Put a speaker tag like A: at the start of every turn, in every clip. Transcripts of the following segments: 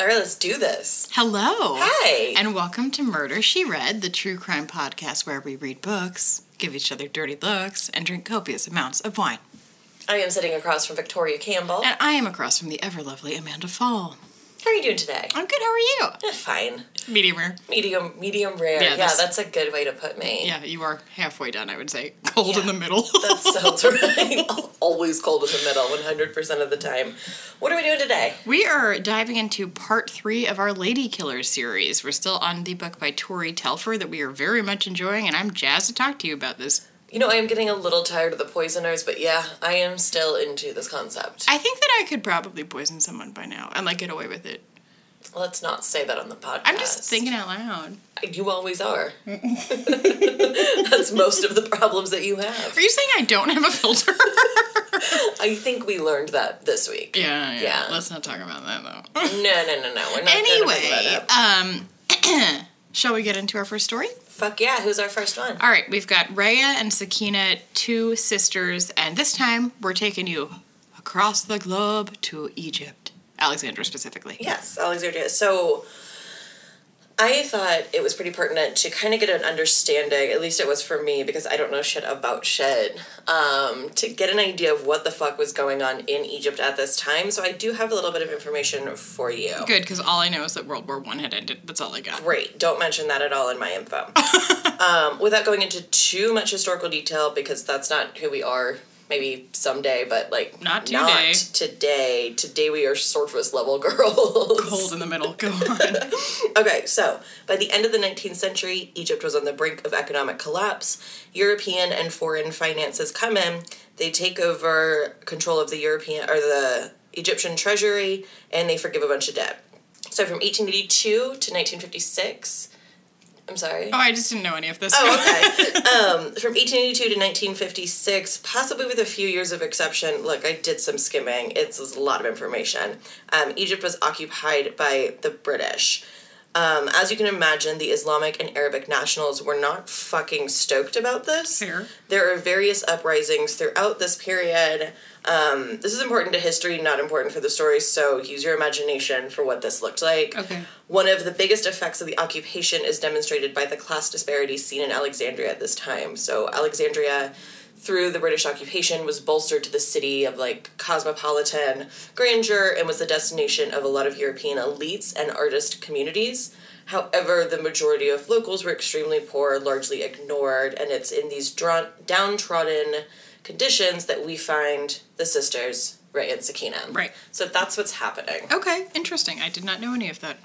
A: All right, let's do this.
B: Hello.
A: Hi.
B: And welcome to Murder She Read, the true crime podcast where we read books, give each other dirty looks, and drink copious amounts of wine.
A: I am sitting across from Victoria Campbell.
B: And I am across from the ever lovely Amanda Fall.
A: How are you doing today?
B: I'm good. How are you?
A: Eh, Fine.
B: Medium rare.
A: Medium, medium rare.
B: Yeah,
A: Yeah,
B: that's-
A: that's a good way to put me.
B: Yeah, you are halfway done, I would say. Cold in
A: Yeah.
B: the middle.
A: That sounds right. Always cold in the middle, 100% of the time. What are we doing today?
B: we are diving into part three of our Lady Killer series. We're still on the book by Tori Telfer that we are very much enjoying, and I'm jazzed to talk to you about this
A: You know, I am getting a little tired of the poisoners, but yeah, I am still into this concept.
B: I think that I could probably poison someone by now and like get away with it.
A: Let's not say that on the podcast.
B: I'm just thinking out loud.
A: You always are. that's most of the problems that you have.
B: Are you saying I don't have a filter?
A: I think we learned that this week.
B: yeah,
A: Yeah.
B: Let's not talk about that though.
A: No, no, no, no. We're not Gonna bring that
B: anyway,
A: up.
B: um, shall we get into our first story?
A: Fuck yeah, who's our first one?
B: All right, we've got Raya and Sakina, two sisters, and this time we're taking you across the globe to Egypt, Alexandra specifically.
A: Yes, Alexandria. So I thought it was pretty pertinent to kind of get an understanding, at least it was for me, because I don't know shit about shit, um, to get an idea of what the fuck was going on in Egypt at this time. So I do have a little bit of information for you.
B: Good, because all I know is that World War One had ended. That's all I got.
A: Great. Don't mention that at all in my info. um, without going into too much historical detail, because that's not who we are. Maybe someday, but like
B: Not today.
A: Not today. Today we are surface level girls.
B: Cold in the middle. Go on.
A: Okay, so by the end of the 19th century, Egypt was on the brink of economic collapse. European and foreign finances come in, they take over control of the European or the Egyptian treasury, and they forgive a bunch of debt. So from 1882 to 1956, I'm sorry.
B: Oh, I just didn't know any of this.
A: Oh, okay. um, from 1882 to 1956, possibly with a few years of exception. Look, I did some skimming. It's, it's a lot of information. Um, Egypt was occupied by the British. Um, as you can imagine, the Islamic and Arabic nationals were not fucking stoked about this.
B: Fair.
A: There are various uprisings throughout this period. Um, this is important to history, not important for the story, so use your imagination for what this looked like.
B: Okay.
A: One of the biggest effects of the occupation is demonstrated by the class disparities seen in Alexandria at this time. So, Alexandria, through the British occupation, was bolstered to the city of like cosmopolitan grandeur and was the destination of a lot of European elites and artist communities. However, the majority of locals were extremely poor, largely ignored, and it's in these drawn, downtrodden conditions that we find the sisters, Ray and Sakina.
B: Right.
A: So that's what's happening.
B: Okay, interesting. I did not know any of that.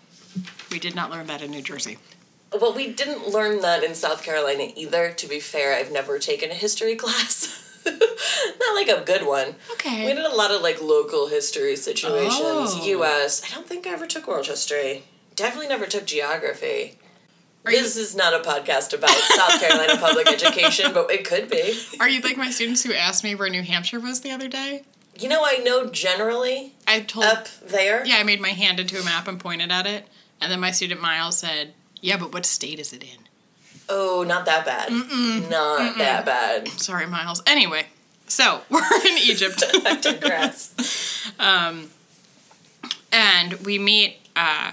B: We did not learn that in New Jersey.
A: Well, we didn't learn that in South Carolina either. To be fair, I've never taken a history class. Not like a good one.
B: Okay.
A: We did a lot of like local history situations,
B: Oh.
A: US. I don't think I ever took world history. Definitely never took geography.
B: Are you,
A: This is not a podcast about South Carolina public education, but it could be.
B: are you like my students who asked me where New Hampshire was the other day?
A: You know, I know generally
B: I told
A: up there.
B: yeah, I made my hand into a map and pointed at it, and then my student Miles said, "Yeah, but what state is it in?"
A: Oh, not that bad. Not that bad.
B: Sorry, Miles. Anyway, so we're in Egypt,
A: I digress.
B: and we meet uh,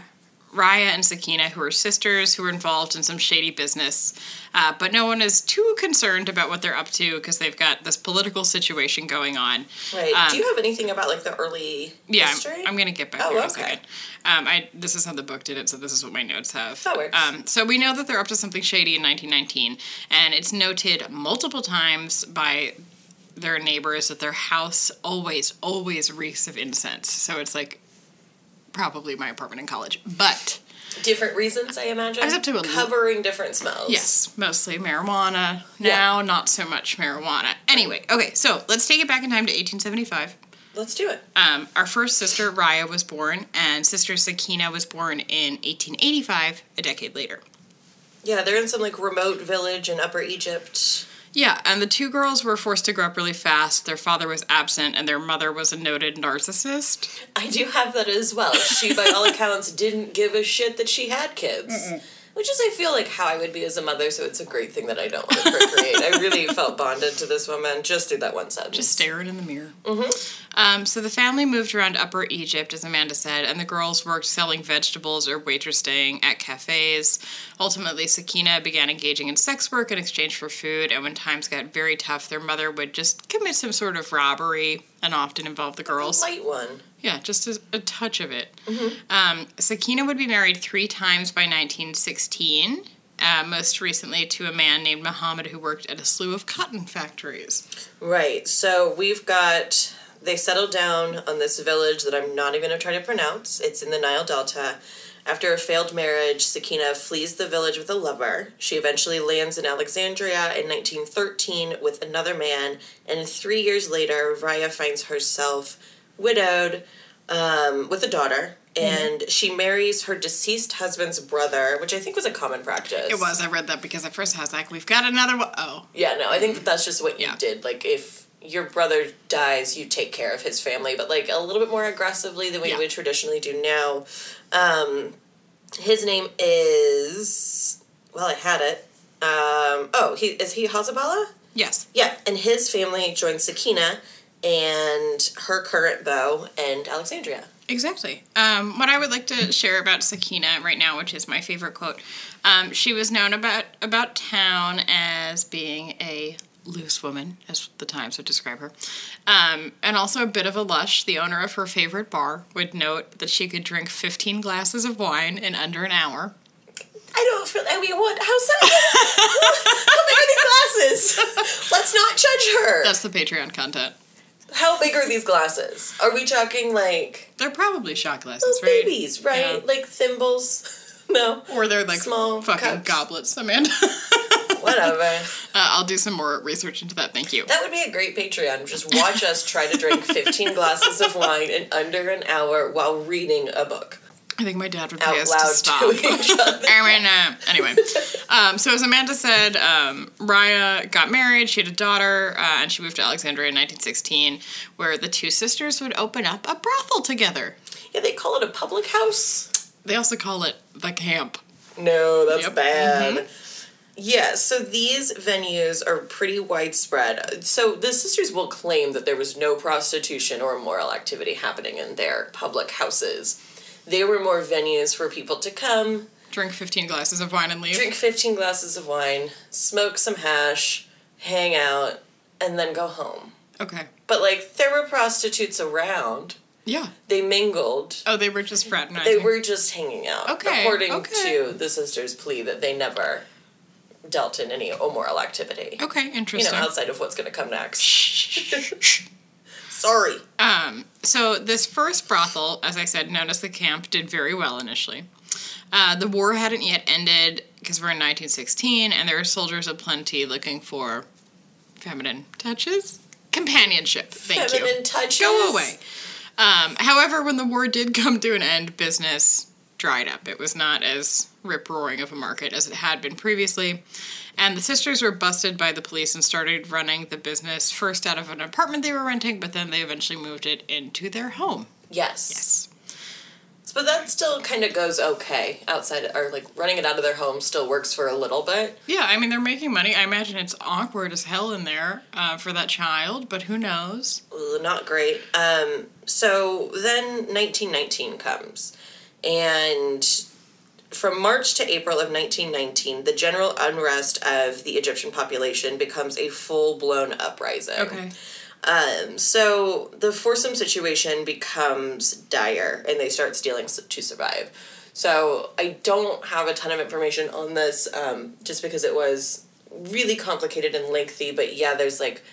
B: Raya and Sakina, who are sisters who are involved in some shady business, uh, but no one is too concerned about what they're up to because they've got this political situation going on.
A: Right. Do
B: Um,
A: you have anything about like the early
B: Yeah, I'm-
A: history?
B: I'm, gonna get back
A: Oh,
B: there in a
A: okay.
B: second. Um, I this is how the book did it, so this is what my notes have.
A: That works.
B: Um, so we know that they're up to something shady in 1919, and it's noted multiple times by their neighbors that their house always, always reeks of incense. So it's like probably my apartment in college, but
A: different reasons, I imagine.
B: I was up to a-
A: covering different smells.
B: yes, mostly marijuana.
A: Yeah.
B: Now, not so much marijuana. Anyway, okay, so let's take it back in time to 1875.
A: Let's do it.
B: Um, our first sister, Raya, was born, and sister Sakina was born in 1885, a decade later.
A: Yeah, they're in some like remote village in Upper Egypt.
B: Yeah, and the two girls were forced to grow up really fast. Their father was absent, and their mother was a noted narcissist.
A: I do have that as well. She, by all accounts, didn't give a shit that she had kids. Which is, I feel like, how I would be as a mother, so it's a great thing that I don't want to procreate. I really felt bonded to this woman just through that one sentence.
B: Just staring in the mirror. Um, so the family moved around Upper Egypt, as Amanda said, and the girls worked selling vegetables or waitressing at cafes. Ultimately, Sakina began engaging in sex work in exchange for food, and when times got very tough, their mother would just commit some sort of robbery and often involved the girls.
A: Light one.
B: Yeah, just a, a touch of it. Um, Sakina would be married three times by 1916, uh, most recently to a man named Muhammad who worked at a slew of cotton factories.
A: Right. So we've got they settled down on this village that I'm not even gonna try to pronounce. It's in the Nile Delta. After a failed marriage, Sakina flees the village with a lover. She eventually lands in Alexandria in 1913 with another man, and three years later, Raya finds herself widowed um, with a daughter,
B: Mm-hmm.
A: and she marries her deceased husband's brother, which I think was a common practice.
B: It was. I read that because at first I was like, we've got another one. Oh,
A: Yeah, no, I think that that's just what you
B: Yeah.
A: did. Like, if your brother dies, you take care of his family, but like a little bit more aggressively than we
B: Yeah.
A: would traditionally do now. Um, his name is well, I had it. Um, oh, he is he Hazabala?
B: yes.
A: Yeah, and his family joined Sakina and her current beau and Alexandria.
B: Exactly. Um, what I would like to share about Sakina right now, which is my favorite quote, um, she was known about about town as being a loose woman, as the Times would describe her, um, and also a bit of a lush. The owner of her favorite bar would note that she could drink fifteen glasses of wine in under an hour.
A: I don't feel. I mean, what? How sad? How big are these glasses? Let's not judge her.
B: That's the Patreon content.
A: How big are these glasses? Are we talking like
B: They're probably shot glasses,
A: those
B: right?
A: babies, right?
B: Yeah.
A: Like thimbles? no.
B: Or they're like
A: Small
B: fucking
A: cups.
B: goblets, Amanda.
A: Whatever.
B: Uh, I'll do some more research into that. Thank you.
A: That would be a great Patreon. Just watch us try to drink 15 glasses of wine in under an hour while reading a book
B: I think my dad would
A: out
B: pay us to stop.
A: loud to each other.
B: I mean, uh, anyway, um, so as Amanda said, um, Raya got married. She had a daughter, uh, and she moved to Alexandria in 1916, where the two sisters would open up a brothel together.
A: Yeah, they call it a public house.
B: They also call it the camp.
A: No, that's
B: Yep.
A: bad. Yeah, so these venues are pretty widespread. So the sisters will claim that there was no prostitution or immoral activity happening in their public houses. They were more venues for people to come,
B: Drink 15 glasses of wine and leave.
A: drink 15 glasses of wine, smoke some hash, hang out, and then go home.
B: Okay.
A: But like, there were prostitutes around,
B: Yeah.
A: they mingled.
B: Oh, they were just
A: They
B: fraternizing.
A: were just hanging out.
B: Okay,
A: According
B: okay.
A: to the sister's plea that they never dealt in any immoral activity.
B: Okay,
A: You know,
B: interesting.
A: outside of what's going to come next. Sorry.
B: Um, so this first brothel, as I said, known as the camp, did very well initially. Uh, the war hadn't yet ended because we're in 1916, and there were soldiers aplenty looking for feminine touches, companionship. Thank
A: Feminine
B: you.
A: touches.
B: Go away. Um, however, when the war did come to an end, business dried up. It was not as rip roaring of a market as it had been previously. And the sisters were busted by the police and started running the business first out of an apartment they were renting, but then they eventually moved it into their home.
A: Yes.
B: Yes.
A: But that still kind of goes okay outside, or like running it out of their home still works for a little bit.
B: Yeah, I mean, they're making money. I imagine it's awkward as hell in there uh, for that child, but who knows?
A: Ooh, not great. Um, so then 1919 comes, and from March to April of 1919, the general unrest of the Egyptian population becomes a full blown uprising. Um, so the foursome situation becomes dire, and they start stealing s- to survive. So I don't have a ton of information on this, um, just because it was really complicated and lengthy. But yeah, there's like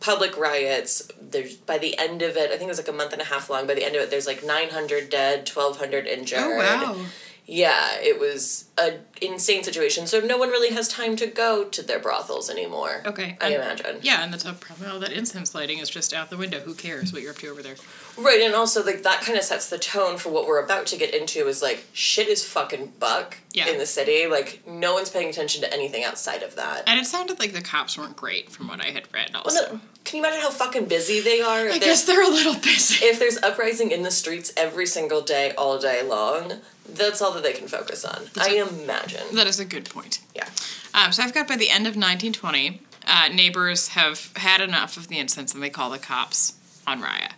A: public riots. There's by the end of it, I think it was like a month and a half long. By the end of it, there's like 900 dead, 1,200 injured.
B: Oh, wow.
A: Yeah, it was a insane situation. So no one really has time to go to their brothels anymore.
B: Okay.
A: I
B: and-
A: imagine.
B: Yeah, and that's a problem. All that incense lighting is just out the window. Who cares what you're up to over there?
A: Right, and also like that kind of sets the tone for what we're about to get into is like shit is fucking buck
B: Yeah.
A: in the city. Like no one's paying attention to anything outside of that.
B: And it sounded like the cops weren't great from what I had read also.
A: Well, no, can you imagine how fucking busy they are? If
B: I
A: there's-
B: guess they're a little busy.
A: if there's uprising in the streets every single day, all day long, That's all that they can focus on. I imagine.
B: That is a good point.
A: Yeah.
B: Um, so I've got by the end of 1920, uh, neighbors have had enough of the incense and they call the cops on Raya.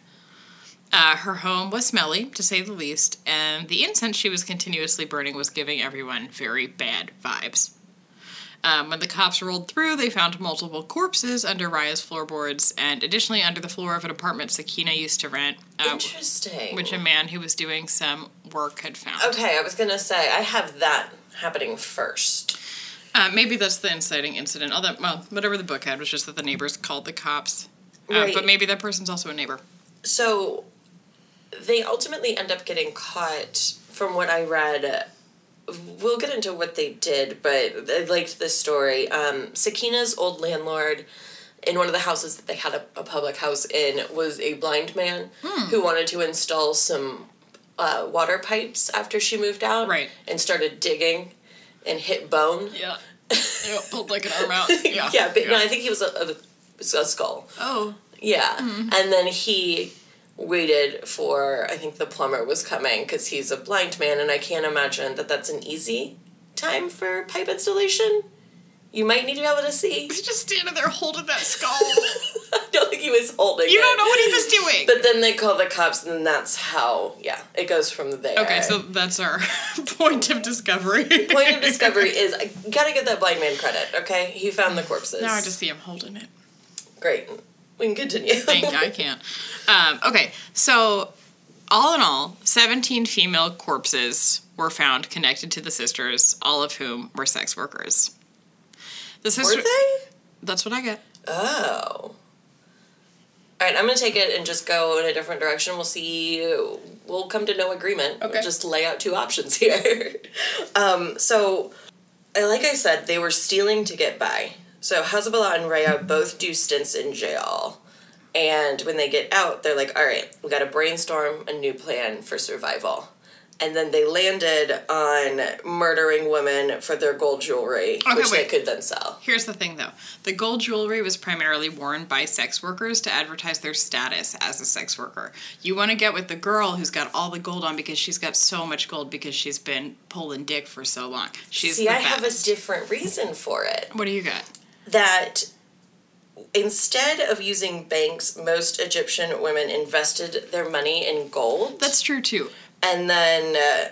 B: Uh, her home was smelly, to say the least, and the incense she was continuously burning was giving everyone very bad vibes. Um, when the cops rolled through, they found multiple corpses under Raya's floorboards and additionally under the floor of an apartment Sakina used to rent, uh,
A: Interesting.
B: which a man who was doing some work had found.
A: okay, I was gonna say I have that happening first.
B: Uh, maybe that's the inciting incident. Although, well, whatever the book had was just that the neighbors called the cops. Uh,
A: Right.
B: But maybe that person's also a neighbor.
A: So they ultimately end up getting caught. From what I read, we'll get into what they did, but I liked this story. Um, Sakina's old landlord in one of the houses that they had a, a public house in was a blind man
B: Hmm.
A: who wanted to install some uh, water pipes after she moved out
B: Right.
A: and started digging and hit bone.
B: Yeah. pulled like an arm out. Yeah.
A: yeah, but no, I think he was a, a, a skull.
B: Oh.
A: Yeah. And then he waited for, I think the plumber was coming because he's a blind man, and I can't imagine that that's an easy time for pipe installation. You might need to be able to see.
B: He's just standing there holding that skull.
A: I don't think he was holding
B: you
A: it.
B: don't know what he was doing.
A: But then they call the cops, and that's how, yeah, it goes from there.
B: okay, so that's our point of discovery.
A: Point of discovery is I gotta give that blind man credit, okay? He found the corpses.
B: now I just see him holding it.
A: Great. We can continue.
B: Thank you, I can't. Um, okay, so all in all, 17 female corpses were found connected to the sisters, all of whom were sex workers. The
A: Were
B: sister-
A: they?
B: That's what I get.
A: Oh. All right, I'm going to take it and just go in a different direction. We'll see. We'll come to no agreement. We'll
B: Okay.
A: just lay out two options here. um, so, uh, like I said, they were stealing to get by. So, Hezbollah and Raya both do stints in jail. And when they get out, they're like, all right, we got to brainstorm a new plan for survival. And then they landed on murdering women for their gold jewelry, which
B: wait.
A: they could then sell.
B: Here's the thing though the gold jewelry was primarily worn by sex workers to advertise their status as a sex worker. You want to get with the girl who's got all the gold on because she's got so much gold because she's been pulling dick for so long. She's
A: See,
B: the
A: I
B: best.
A: have a different reason for it.
B: What do you got?
A: That instead of using banks, most Egyptian women invested their money in gold,
B: That's true too.
A: and then uh,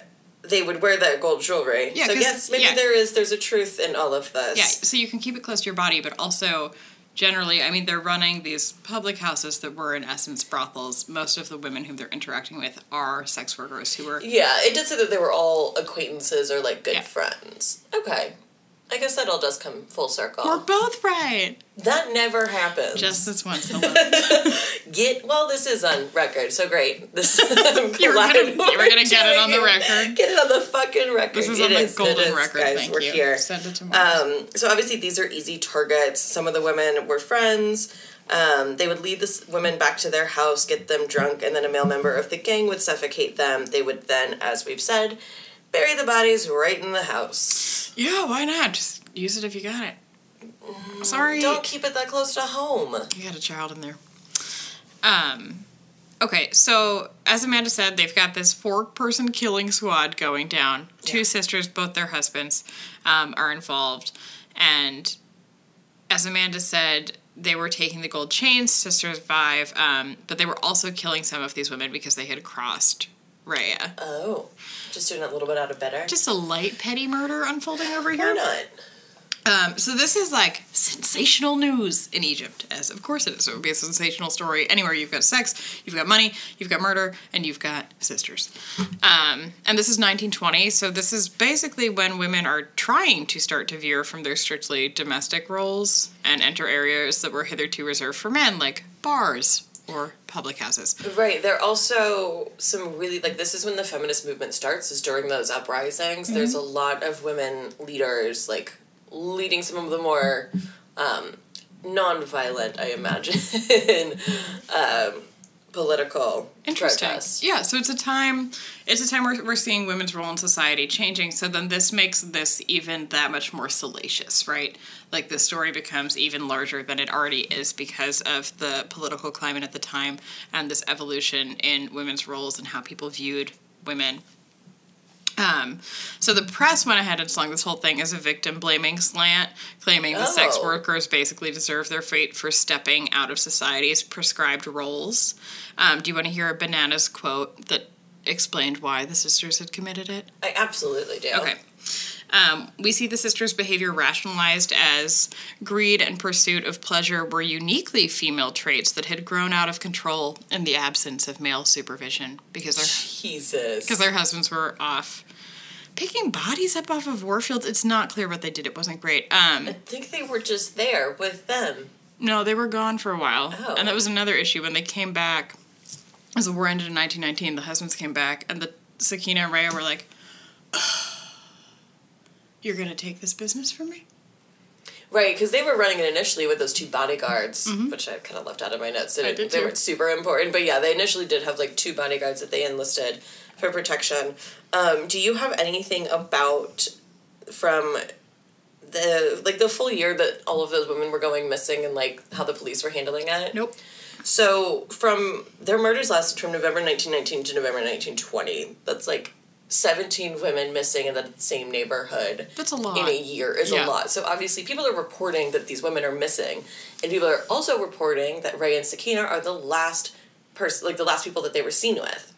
A: they would wear that gold jewelry.
B: Yeah,
A: so
B: 'cause-
A: yes, maybe
B: yeah.
A: there is there's a truth in all of
B: Yeah,
A: this.
B: so you can keep it close to your body, but also generally, I mean, they're running these public houses that were in essence brothels. Most of the women whom they're interacting with are sex workers who were.
A: Yeah, it did say that they were all acquaintances or like good
B: Yeah.
A: friends. Okay. I guess that all does come full circle.
B: We're both right.
A: That never happens.
B: Just this once. Hello.
A: Get well. This is on record, so great. This I'm
B: You were
A: glad
B: gonna- you were
A: we're
B: gonna get it
A: doing
B: on the record.
A: Get it on the fucking record.
B: This is
A: It
B: on the
A: it
B: golden
A: is,
B: record.
A: guys.
B: Thank
A: we're
B: you.
A: here.
B: Send it to Mark.
A: Um, so obviously these are easy targets. Some of the women were friends. Um, they would lead the women back to their house, get them drunk, and then a male member of the gang would suffocate them. They would then, as we've said, bury the bodies right in the house.
B: yeah, why not? Just use it if you got it. Sorry.
A: Don't keep it that close to home.
B: You got a child in there. Um, okay, so as Amanda said, they've got this four person killing squad going down. Two
A: Yeah.
B: sisters, both their husbands, um, are involved. And as Amanda said, they were taking the gold chains to survive, um, but they were also killing some of these women because they had crossed Raya.
A: Oh, just doing a little bit out of better.
B: Just a light petty murder unfolding over
A: Why
B: here.
A: not?
B: Um, so this is like sensational news in Egypt, as of course it is. It would be a sensational story anywhere. You've got sex, you've got money, you've got murder, and you've got sisters. Um, and this is 1920, so this is basically when women are trying to start to veer from their strictly domestic roles and enter areas that were hitherto reserved for men, like bars or public houses.
A: Right. There are also some really like this is when the feminist movement starts is during those uprisings.
B: Mm-hmm.
A: There's a lot of women leaders like leading some of the more um, non-violent, I imagine, um, political
B: Interesting.
A: protests.
B: Yeah, so it's a time it's a time we're, we're seeing women's role in society changing. So then this makes this even that much more salacious, right? Like the story becomes even larger than it already is because of the political climate at the time and this evolution in women's roles and how people viewed women. Um, so the press went ahead and slung this whole thing as a victim blaming slant, claiming the sex
A: Oh.
B: workers basically deserve their fate for stepping out of society's prescribed roles. Um, do you want to hear a bananas quote that explained why the sisters had committed it?
A: I absolutely do.
B: Okay. Um, we see the sisters' behavior rationalized as greed and pursuit of pleasure were uniquely female traits that had grown out of control in the absence of male supervision because their
A: Jesus.
B: because their husbands were off picking bodies up off of warfields. It's not clear what they did. It wasn't great. Um,
A: I think they were just there with them.
B: no, they were gone for a while,
A: Oh.
B: and that was another issue when they came back. As the war ended in 1919, the husbands came back, and the Sakina and Rhea were like, "You're gonna take this business from me."
A: Right, because they were running it initially with those two bodyguards, which I've kind of left out of my notes. They,
B: Mm-hmm. I did
A: didn't- they
B: too.
A: weren't super important, but yeah, they initially did have like two bodyguards that they enlisted for protection. Um, do you have anything about from the like the full year that all of those women were going missing and like how the police were handling it?
B: Nope.
A: So from their murders lasted from November 1919 to November 1920. That's like 17 women missing in the same neighborhood
B: That's a lot.
A: in a year is a
B: Yeah.
A: lot. So obviously, people are reporting that these women are missing, and people are also reporting that Ray and Sakina are the last person, like the last people that they were seen with.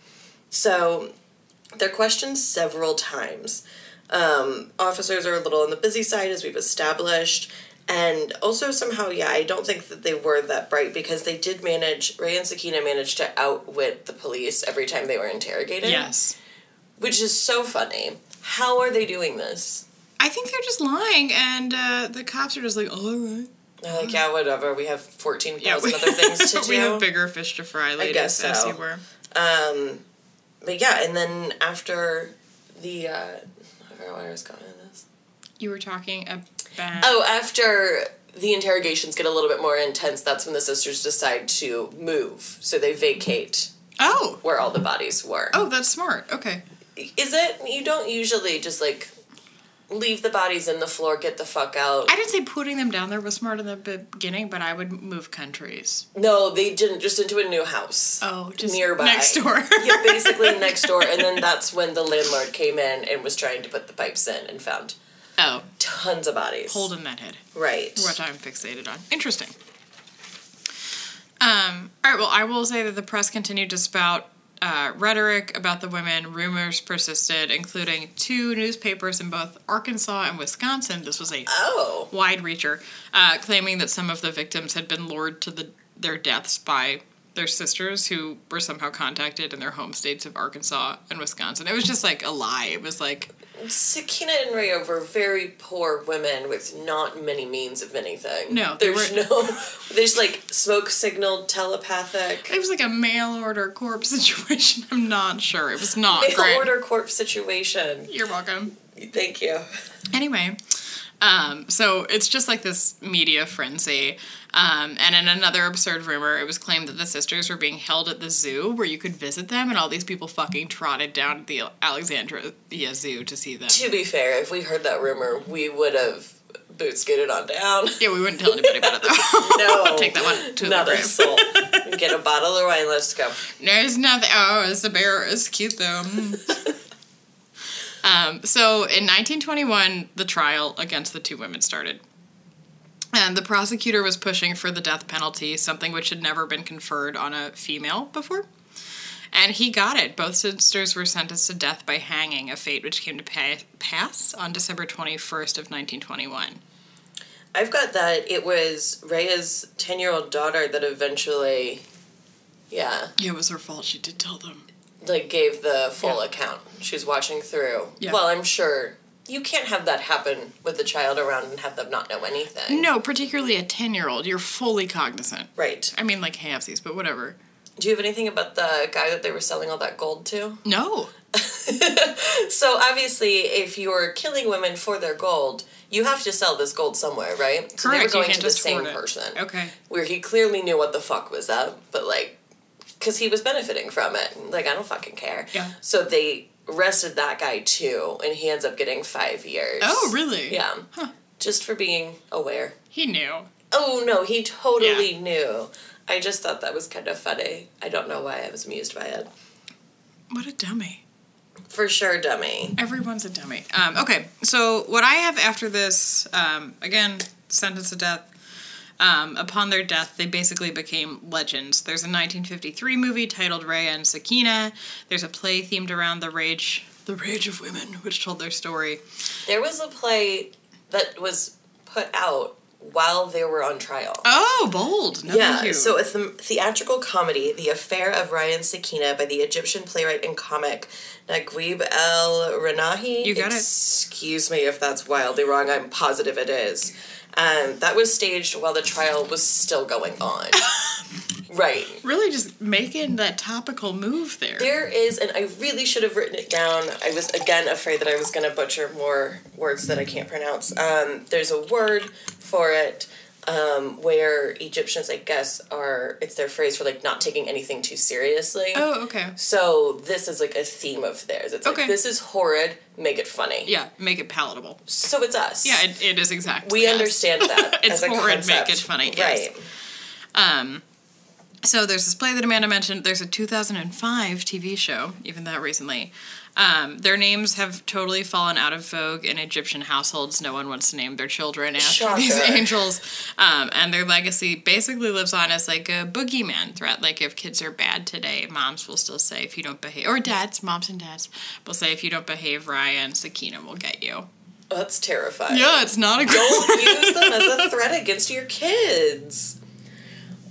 A: So they're questioned several times. Um, officers are a little on the busy side, as we've established. And also somehow, yeah, I don't think that they were that bright because they did manage. Ray and Sakina managed to outwit the police every time they were interrogated.
B: Yes.
A: which is so funny. How are they doing this?
B: I think they're just lying, and uh, the cops are just like, all right.
A: They're like, yeah, whatever. We have 14,000
B: Mm-hmm. we,
A: other things to do.
B: we have bigger fish to fry, ladies,
A: guess
B: as
A: so.
B: you were.
A: but yeah, and then after the, uh, I forgot where I was going with this.
B: You were talking about.
A: Oh, after the interrogations get a little bit more intense, that's when the sisters decide to move. So they vacate
B: Oh!
A: where all the bodies were.
B: Oh, that's smart. Okay.
A: Is it, you don't usually just like leave the bodies in the floor, get the fuck out.
B: I didn't say putting them down there was smart in the beginning, but I would move countries.
A: No, they didn't. Just into a new house.
B: Oh, just
A: Nearby.
B: next door.
A: yeah, basically next door. And then that's when the landlord came in and was trying to put the pipes in and found
B: Oh,
A: tons of bodies.
B: hold in that head.
A: Right.
B: What I'm fixated on. Interesting. Um, all right, well, I will say that the press continued to spout uh, rhetoric about the women. Rumors persisted, including two newspapers in both Arkansas and Wisconsin. This was a
A: Oh.
B: wide reacher, uh, claiming that some of the victims had been lured to the, their deaths by their sisters who were somehow contacted in their home states of Arkansas and Wisconsin. It was just like a lie. It was like,
A: Sakina and Rhea were very poor women with not many means of anything.
B: No, they
A: There's
B: were-
A: no. There's like smoke signal, telepathic.
B: it was like a mail order corpse situation. I'm not sure. It was not
A: Mail
B: great.
A: order corp situation.
B: You're welcome.
A: Thank you.
B: Anyway, um, so it's just like this media frenzy. Um, and in another absurd rumor, it was claimed that the sisters were being held at the zoo where you could visit them, and all these people fucking trotted down to the Alexandria Zoo to see them.
A: To be fair, if we heard that rumor, we would have boot scooted on down.
B: Yeah, we wouldn't tell anybody about it though.
A: No.
B: Take that one to
A: Not
B: the
A: a
B: grave.
A: soul. Get a bottle of wine. Let's go.
B: There's nothing. Oh, it's a bear. It's cute though. Mm. um, so in 1921, the trial against the two women started. And the prosecutor was pushing for the death penalty, something which had never been conferred on a female before. And he got it. Both sisters were sentenced to death by hanging, a fate which came to pa- pass on December 21st of 1921.
A: I've got that. It was Rhea's ten-year-old daughter that eventually, yeah,
B: Yeah, it was her fault. She did tell them.
A: like gave the full
B: Yeah.
A: account. She was watching through.
B: Yeah.
A: Well, I'm sure you can't have that happen with a child around and have them not know anything.
B: No, particularly a 10-year-old. You're fully cognizant.
A: Right.
B: I mean, like halfsies, but whatever.
A: Do you have anything about the guy that they were selling all that gold to?
B: No.
A: So obviously, if you're killing women for their gold, you have to sell this gold somewhere, right? So they were
B: Correct, you
A: going
B: can't
A: to the
B: just
A: same
B: hoard it.
A: person.
B: Okay.
A: where he clearly knew what the fuck was up, but like, because he was benefiting from it. Like, I don't fucking care.
B: Yeah.
A: So they arrested that guy too, and he ends up getting five years.
B: Oh, really?
A: Yeah.
B: Huh.
A: Just for being aware.
B: He knew.
A: Oh, no, he totally
B: Yeah.
A: knew. I just thought that was kind of funny. I don't know why I was amused by it.
B: What a dummy.
A: For sure, dummy.
B: Everyone's a dummy. Um, okay, so what I have after this, um, again, sentence of death. Um, upon their death, they basically became legends. There's a 1953 movie titled Raya and Sakina. There's a play themed around the rage, the rage of women, which told their story.
A: There was a play that was put out while they were on trial.
B: Oh, bold! No, thank
A: Yeah,
B: you.
A: so a them- theatrical comedy, The Affair of Ryan Sakina by the Egyptian playwright and comic Naguib El Renahi.
B: You got it.
A: Excuse me if that's wildly wrong. I'm positive it is. Um, that was staged while the trial was still going on. right.
B: really just making that topical move there.
A: There is, and I really should have written it down. I was again afraid that I was going to butcher more words that I can't pronounce. Um, there's a word for it um, where Egyptians, I guess, are it's their phrase for like not taking anything too seriously.
B: oh, okay.
A: So this is like a theme of theirs. It's
B: Okay.
A: like this is horrid, make it funny.
B: Yeah, make it palatable.
A: So it's us.
B: Yeah, it, it is exactly.
A: we
B: that.
A: understand that as
B: It's
A: a
B: horrid, make
A: concept.
B: it funny,
A: Right.
B: yes. So there's this play that Amanda mentioned. There's a 2005 TV show, even that recently. Um, their names have totally fallen out of vogue in Egyptian households. No one wants to name their children after
A: Shocker.
B: these angels, um, and their legacy basically lives on as like a boogeyman threat. Like if kids are bad today, moms will still say if you don't behave, or dads, moms and dads will say if you don't behave, Ryan Sakina will get you.
A: Oh, That's terrifying.
B: Yeah, it's not a good.
A: don't use them as a threat against your kids.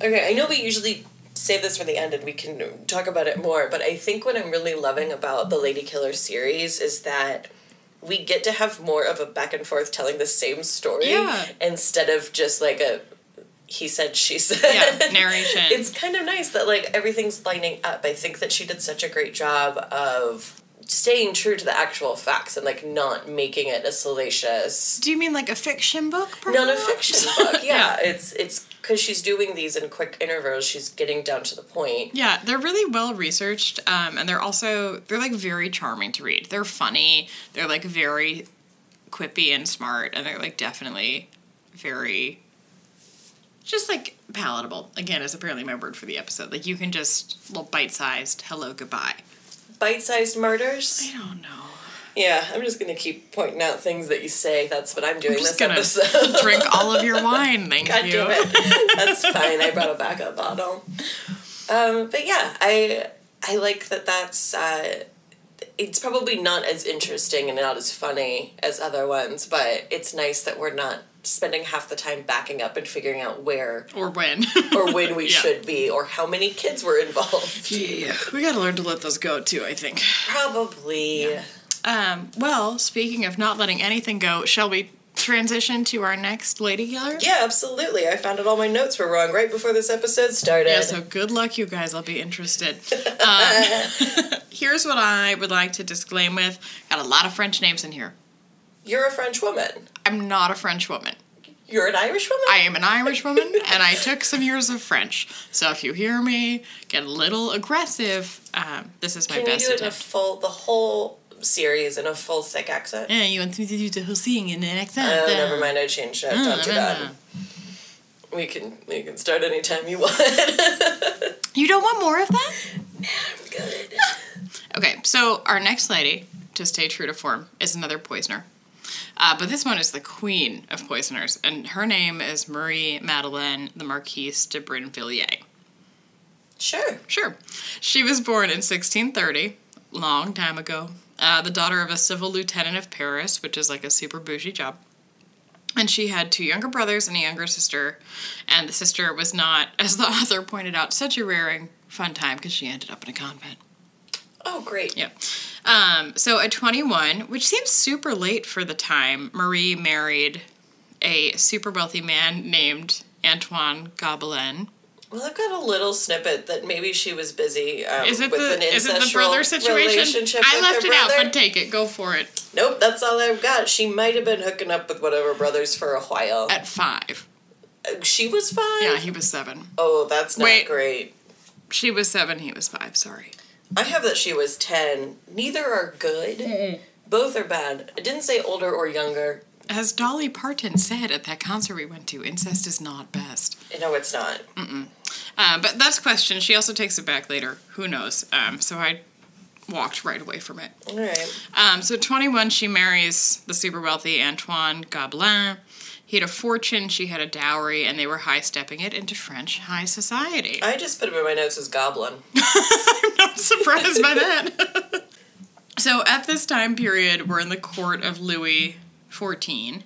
A: Okay, I know we usually save this for the end and we can talk about it more, but I think what I'm really loving about the Lady Killer series is that we get to have more of a back and forth telling the same story
B: Yeah.
A: instead of just like a he said she said
B: Yeah, narration.
A: it's kind of nice that like everything's lining up i think that she did such a great job of staying true to the actual facts and like not making it a salacious
B: Do you mean like a fiction book?
A: not a
B: perhaps?
A: fiction book. Yeah, it's it's because she's doing these in quick intervals. She's getting down to the point.
B: Yeah, they're really well researched, um, and they're also they're like very charming to read. They're funny. They're like very quippy and smart, and they're like definitely very just like palatable. Again, is apparently my word for the episode. Like you can just little bite sized hello goodbye.
A: Bite-sized murders.
B: I don't know.
A: Yeah, I'm just gonna keep pointing out things that you say. That's what I'm doing
B: I'm just
A: this
B: gonna
A: episode.
B: drink all of your wine. Thank
A: God
B: you.
A: damn it. That's fine. I brought a backup bottle. Um, but yeah, I I like that. That's uh, it's probably not as interesting and not as funny as other ones, but it's nice that we're not spending half the time backing up and figuring out where
B: Or when.
A: or when we
B: Yeah.
A: should be or how many kids were involved.
B: yeah, we gotta learn to let those go too. I think.
A: Probably.
B: Um, well, speaking of not letting anything go, shall we transition to our next lady killer?
A: Yeah, absolutely. I found out all my notes were wrong right before this episode started.
B: Yeah, so good luck, you guys. I'll be interested. Um, here's what I would like to disclaim with. Got a lot of French names in here.
A: You're a French woman.
B: I'm not a French woman.
A: You're an Irish woman?
B: I am an Irish woman, and I took some years of French. So if you hear me get a little aggressive, um, this is my
A: Can you
B: best
A: do it in a
B: attempt.
A: full, the whole series in a full thick accent?
B: Yeah, you want me to do the whole thing in an accent?
A: Oh,
B: uh,
A: never mind. I changed it. Don't do
B: uh,
A: that. We can we can start anytime you want.
B: You don't want more of that?
A: Good.
B: Okay, so our next lady, to stay true to form, is another poisoner. Uh, but this one is the queen of poisoners, and her name is Marie Madeleine the Marquise de Brinvilliers.
A: Sure.
B: Sure. She was born in 1630, long time ago, uh, the daughter of a civil lieutenant of Paris, which is like a super bougie job. And she had two younger brothers and a younger sister. And the sister was not, as the author pointed out, such a raring fun time because she ended up in a convent.
A: Oh, great.
B: Yeah. Um, so at 21, which seems super late for the time, Marie married a super wealthy man named Antoine Gobelin.
A: Well, I've got a little snippet that maybe she was busy um,
B: Is it
A: with an
B: the is it the
A: incestual
B: brother situation?
A: relationship
B: I
A: with
B: left
A: her
B: it out,
A: brother.
B: but take it. Go for it.
A: Nope, that's all I've got. She might have been hooking up with one of her brothers for a while.
B: At five.
A: Uh, she was fine.
B: Yeah, he was seven.
A: oh, that's not
B: Wait.
A: great.
B: She was seven. He was five. Sorry.
A: I have that she was 10. Neither are good. Both are bad. It didn't say older or younger.
B: As Dolly Parton said at that concert we went to, incest is not best.
A: No, it's not.
B: Mm. Uh, but that's question. She also takes it back later. Who knows? Um, so I walked right away from it.
A: All right.
B: Um, so at 21, she marries the super wealthy Antoine Gobelin. He had a fortune, she had a dowry, and they were high stepping it into French high society.
A: I just put him in my notes as goblin.
B: I'm not surprised by that. so at this time period, we're in the court of Louis XIV.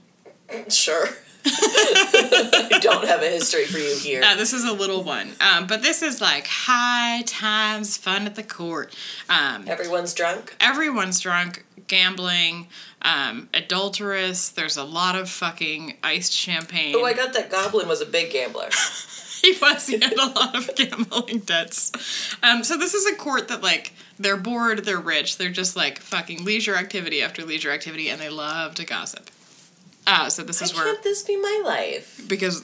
A: Sure. I don't have a history for you here.
B: Uh, this is a little one, um, but this is like high times fun at the court. Um,
A: Everyone's drunk.
B: everyone's drunk, gambling, um, adulterous. There's a lot of fucking iced champagne.
A: Oh, I got that goblin was a big gambler.
B: he was. He had a lot of gambling debts. Um, so this is a court that like they're bored, they're rich, they're just like fucking leisure activity after leisure activity, and they love to gossip. Uh, so this
A: Why
B: is where
A: can't this be my life?
B: because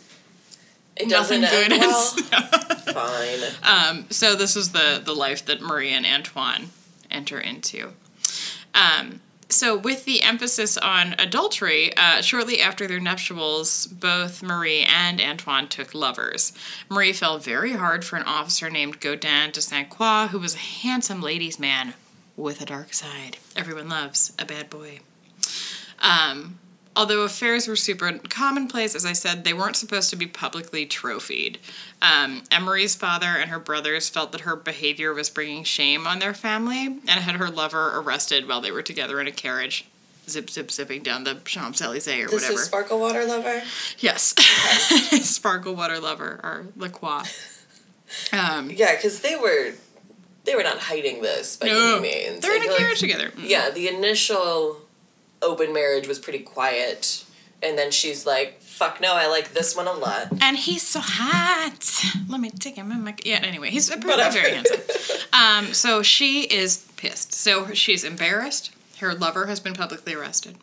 A: It
B: nothing
A: doesn't end
B: good is.
A: well. Fine.
B: Um, so this is the the life that Marie and Antoine enter into. Um, so with the emphasis on adultery, uh, shortly after their nuptials, both Marie and Antoine took lovers. Marie fell very hard for an officer named Godin de Saint Croix, who was a handsome ladies' man with a dark side. Everyone loves a bad boy. Um, although affairs were super commonplace, as I said, they weren't supposed to be publicly trophied. Um, Emery's father and her brothers felt that her behavior was bringing shame on their family and had her lover arrested while they were together in a carriage. Zip, zip, zipping down the Champs Elysees or
A: This
B: whatever.
A: is Sparkle Water Lover.
B: yes, sparkle water lover or La Croix. Um,
A: Yeah, because they were they were not hiding this by
B: no,
A: any means.
B: they're
A: I
B: in a
A: feel like-
B: carriage together.
A: yeah, the initial open marriage was pretty quiet, and then she's like, "Fuck no, I like this one a lot."
B: And he's so hot. Let me take him in my. Yeah, anyway, he's apparently
A: Whatever.
B: very handsome. Um, so she is pissed. So she's embarrassed. Her lover has been publicly arrested.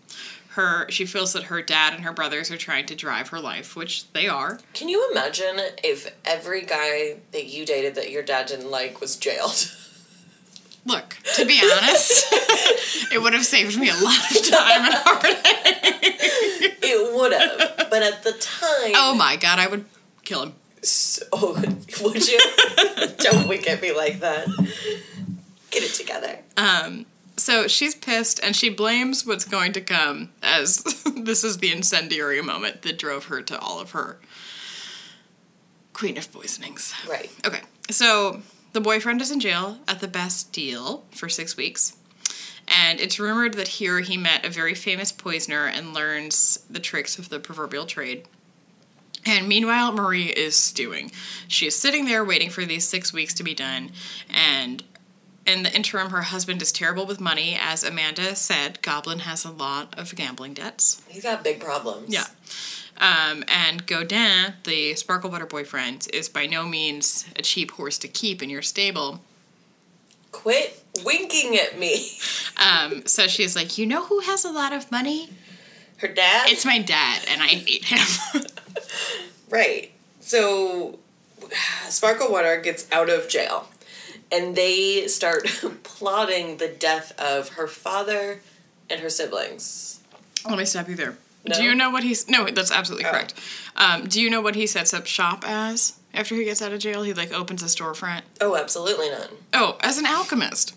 B: Her she feels that her dad and her brothers are trying to drive her life, which they are.
A: Can you imagine if every guy that you dated that your dad didn't like was jailed?
B: Look, to be honest, it would have saved me a lot of time and heartache.
A: it would have, but at the time,
B: Oh my god, I would kill him.
A: so, would you? Don't wink at me like that. Get it together.
B: Um, so she's pissed and she blames what's going to come as this is the incendiary moment that drove her to all of her queen of poisonings.
A: Right.
B: Okay, so the boyfriend is in jail at the Bastille for six weeks. And it's rumored that here he met a very famous poisoner and learns the tricks of the proverbial trade. And meanwhile, Marie is stewing. She is sitting there waiting for these six weeks to be done. And in the interim, her husband is terrible with money. As Amanda said, Goblin has a lot of gambling debts.
A: He's got big problems.
B: Yeah. Um, and Godin, the sparkle butter boyfriend, is by no means a cheap horse to keep in your stable.
A: Quit winking at me.
B: Um, so she's like, You know who has a lot of money?
A: Her dad.
B: It's my dad, and I hate him.
A: Right. So Sparkle Water gets out of jail and they start plotting the death of her father and her siblings.
B: Let me stop you there. Oh.
A: No.
B: Do you know what he's. No, that's absolutely correct. Um, do you know what he sets up shop as after he gets out of jail? He, like, opens a storefront.
A: Oh, absolutely none.
B: Oh, as an alchemist.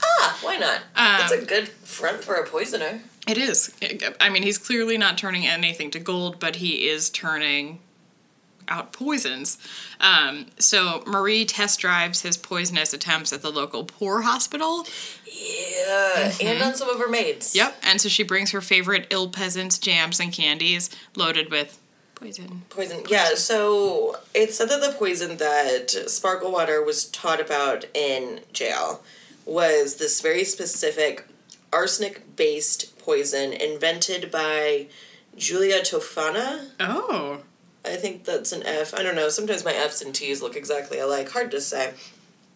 A: Ah, why not? That's
B: Um,
A: a good front for a poisoner.
B: It is. I mean, he's clearly not turning anything to gold, but he is turning out poisons. Um, so Marie test drives his poisonous attempts at the local poor hospital.
A: Yeah. And on some of her maids.
B: mm-hmm. Yep. And so she brings her favorite ill peasants jams and candies loaded with poison.
A: Poison. Yeah, so it said that the poison that Sparkle Water was taught about in jail was this very specific arsenic based poison invented by Julia Tofana.
B: Oh.
A: I think that's an F. I don't know. Sometimes my F's and T's look exactly alike. Hard to say.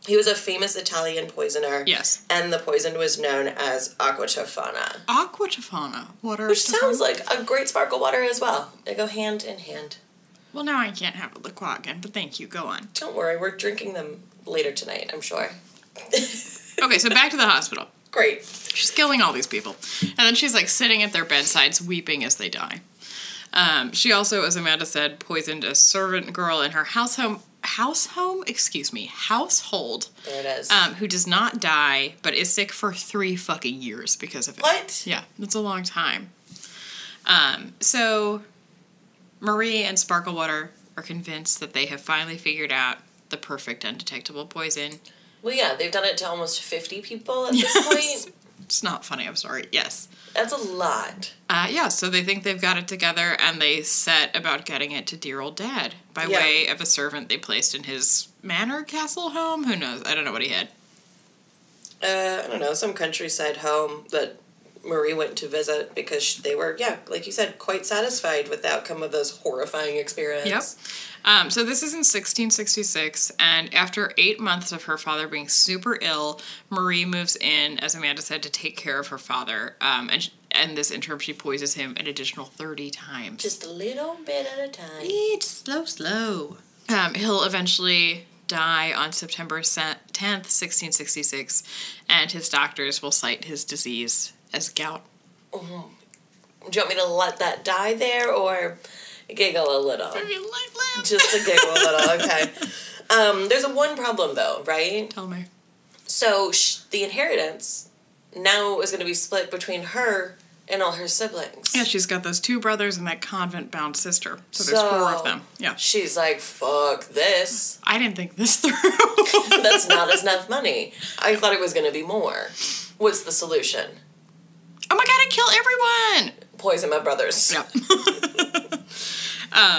A: He was a famous Italian poisoner.
B: Yes.
A: And the poison was known as aqua tofana,
B: Aqua Tofana. What are
A: which sounds like a great sparkle water as well. They go hand in hand.
B: Well, now I can't have a LaCroix again, but thank you. Go on.
A: Don't worry, we're drinking them later tonight, I'm sure.
B: Okay, so back to the hospital.
A: Great.
B: She's killing all these people. And then she's like sitting at their bedsides weeping as they die. Um, she also, as Amanda said, poisoned a servant girl in her house home, house home, excuse me, household
A: There it is.
B: um, who does not die but is sick for three fucking years because of it.
A: What?
B: Yeah, that's a long time. Um, so Marie and Sparklewater are convinced that they have finally figured out the perfect undetectable poison.
A: Well, yeah, they've done it to almost 50 people at this point.
B: it's not funny, I'm sorry. Yes.
A: That's a lot.
B: Uh, yeah, so they think they've got it together and they set about getting it to dear old dad by
A: Yeah.
B: way of a servant they placed in his manor castle home. Who knows? I don't know what he had.
A: Uh, I don't know, some countryside home that Marie went to visit because sh- they were, yeah, like you said, quite satisfied with the outcome of those horrifying experiments.
B: Yep. Um, so this is in 1666, and after eight months of her father being super ill, Marie moves in, as Amanda said, to take care of her father. Um, and, sh- and this interim, she poisons him an additional 30 times.
A: Just a little bit at a time.
B: Eh, just slow, slow. Um, he'll eventually die on September se- 10th, 1666, and his doctors will cite his disease as gout.
A: Do you want me to let that die there or giggle a little? Just to giggle a little, okay. Um, there's a one problem though, right?
B: Tell me.
A: So sh- the inheritance now is going to be split between her and all her siblings.
B: Yeah, she's got those two brothers and that convent bound sister. So there's four of
A: So-
B: them. Yeah.
A: She's like, fuck this.
B: I didn't think this through. Oh
A: That's not enough money. I thought it was going to be more. What's the solution?
B: oh my god, I kill everyone!
A: Poison my brothers.
B: Yeah. um,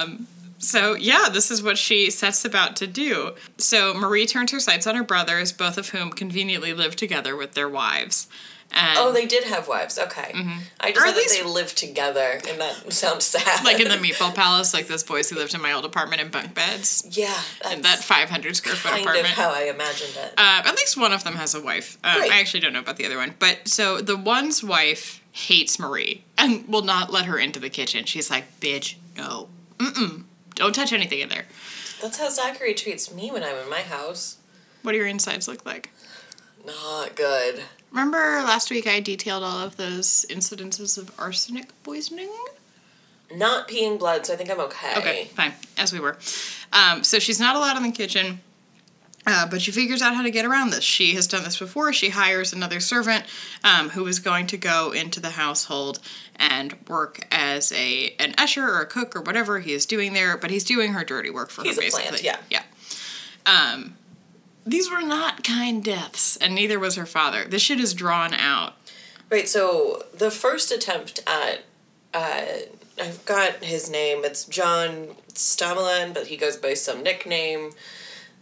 B: so, yeah, this is what she sets about to do. So, Marie turns her sights on her brothers, both of whom conveniently live together with their wives. And,
A: Oh, they did have wives. Okay. I just
B: Mm-hmm. Or
A: know
B: at
A: that
B: least-
A: they lived together, and that sounds sad.
B: like in the Meatball Palace, like those boys who lived in my old apartment in bunk beds.
A: yeah, that's
B: That 500 square foot
A: kind
B: apartment.
A: of how I imagined it.
B: Uh, at least one of them has a wife. Um,
A: Great.
B: I actually don't know about the other one. But so the one's wife hates Marie and will not let her into the kitchen. She's like, bitch, no. Mm-mm. Don't touch anything in there.
A: That's how Zachary treats me when I'm in my house.
B: What do your insides look like?
A: Not good.
B: Remember last week I detailed all of those incidences of arsenic poisoning?
A: Not peeing blood, so I think I'm okay.
B: Okay, fine, as we were. Um, so she's not allowed in the kitchen, uh, but she figures out how to get around this. She has done this before. She hires another servant um, who is going to go into the household and work as a an usher or a cook or whatever he is doing there. But he's doing her dirty work for
A: He's
B: her,
A: a plant,
B: basically.
A: yeah.
B: yeah. Um, these were not kind deaths, and neither was her father. This shit is drawn out.
A: Right, so the first attempt at, uh, I've got his name, it's John Stamelin, but he goes by some nickname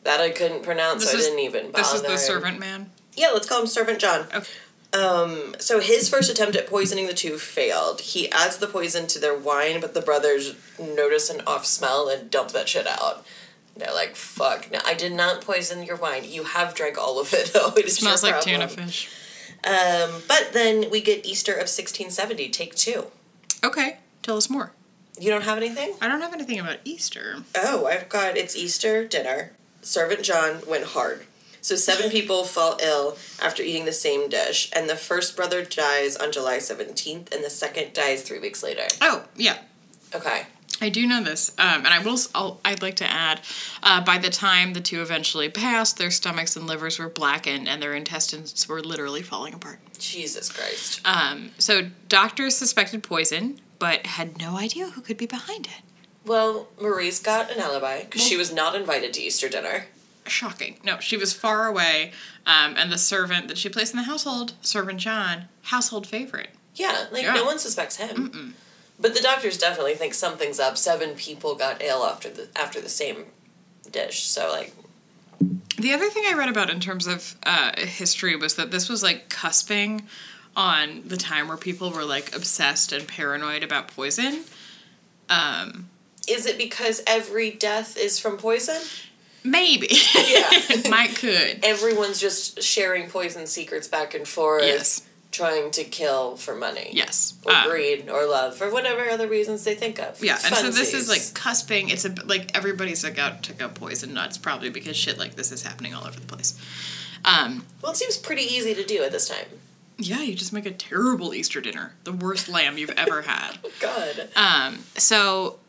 A: that I couldn't pronounce,
B: This
A: so
B: is-
A: I didn't even bother.
B: This is the servant man.
A: Yeah, let's call him Servant John.
B: Okay.
A: Um, so his first attempt at poisoning the two failed. He adds the poison to their wine, but the brothers notice an off smell and dump that shit out. They're like, fuck, no, I did not poison your wine. You have drank all of it, though. It is
B: Smells
A: your
B: like
A: problem.
B: tuna fish.
A: Um, but then we get Easter of 1670, take two.
B: Okay, tell us more.
A: You don't have anything?
B: I don't have anything about Easter.
A: Oh, I've got it's Easter dinner. Servant John went hard. So seven people fall ill after eating the same dish, and the first brother dies on July 17th, and the second dies three weeks later.
B: Oh, yeah.
A: Okay.
B: I do know this, um, and I will. s- I'll, I'd like to add, uh, by the time the two eventually passed, their stomachs and livers were blackened, and their intestines were literally falling apart.
A: Jesus Christ.
B: Um, so doctors suspected poison, but had no idea who could be behind it.
A: Well, Marie's got an alibi because she was not invited to Easter dinner.
B: Shocking. No, she was far away, um, and the servant that she placed in the household, servant John, household favorite.
A: Yeah, like
B: Yeah.
A: no one suspects him. But the doctors definitely think something's up. Seven people got ill after the after the same dish. So like,
B: The other thing I read about in terms of uh, history was that this was like cusping on the time where people were like obsessed and paranoid about poison.
A: is it because every death is from poison?
B: Maybe. Might could.
A: everyone's just sharing poison secrets back and forth.
B: Yes.
A: Trying to kill for money.
B: Yes.
A: Or
B: Um,
A: greed or love for whatever other reasons they think of.
B: yeah, and so this is
A: Funsies.
B: like cusping. It's a bit- like everybody's like out to go poison nuts probably because shit like this is happening all over the place. Um,
A: Well, it seems pretty easy to do at this time.
B: yeah, you just make a terrible Easter dinner, the worst lamb you've ever had.
A: Uh, God.
B: Um, so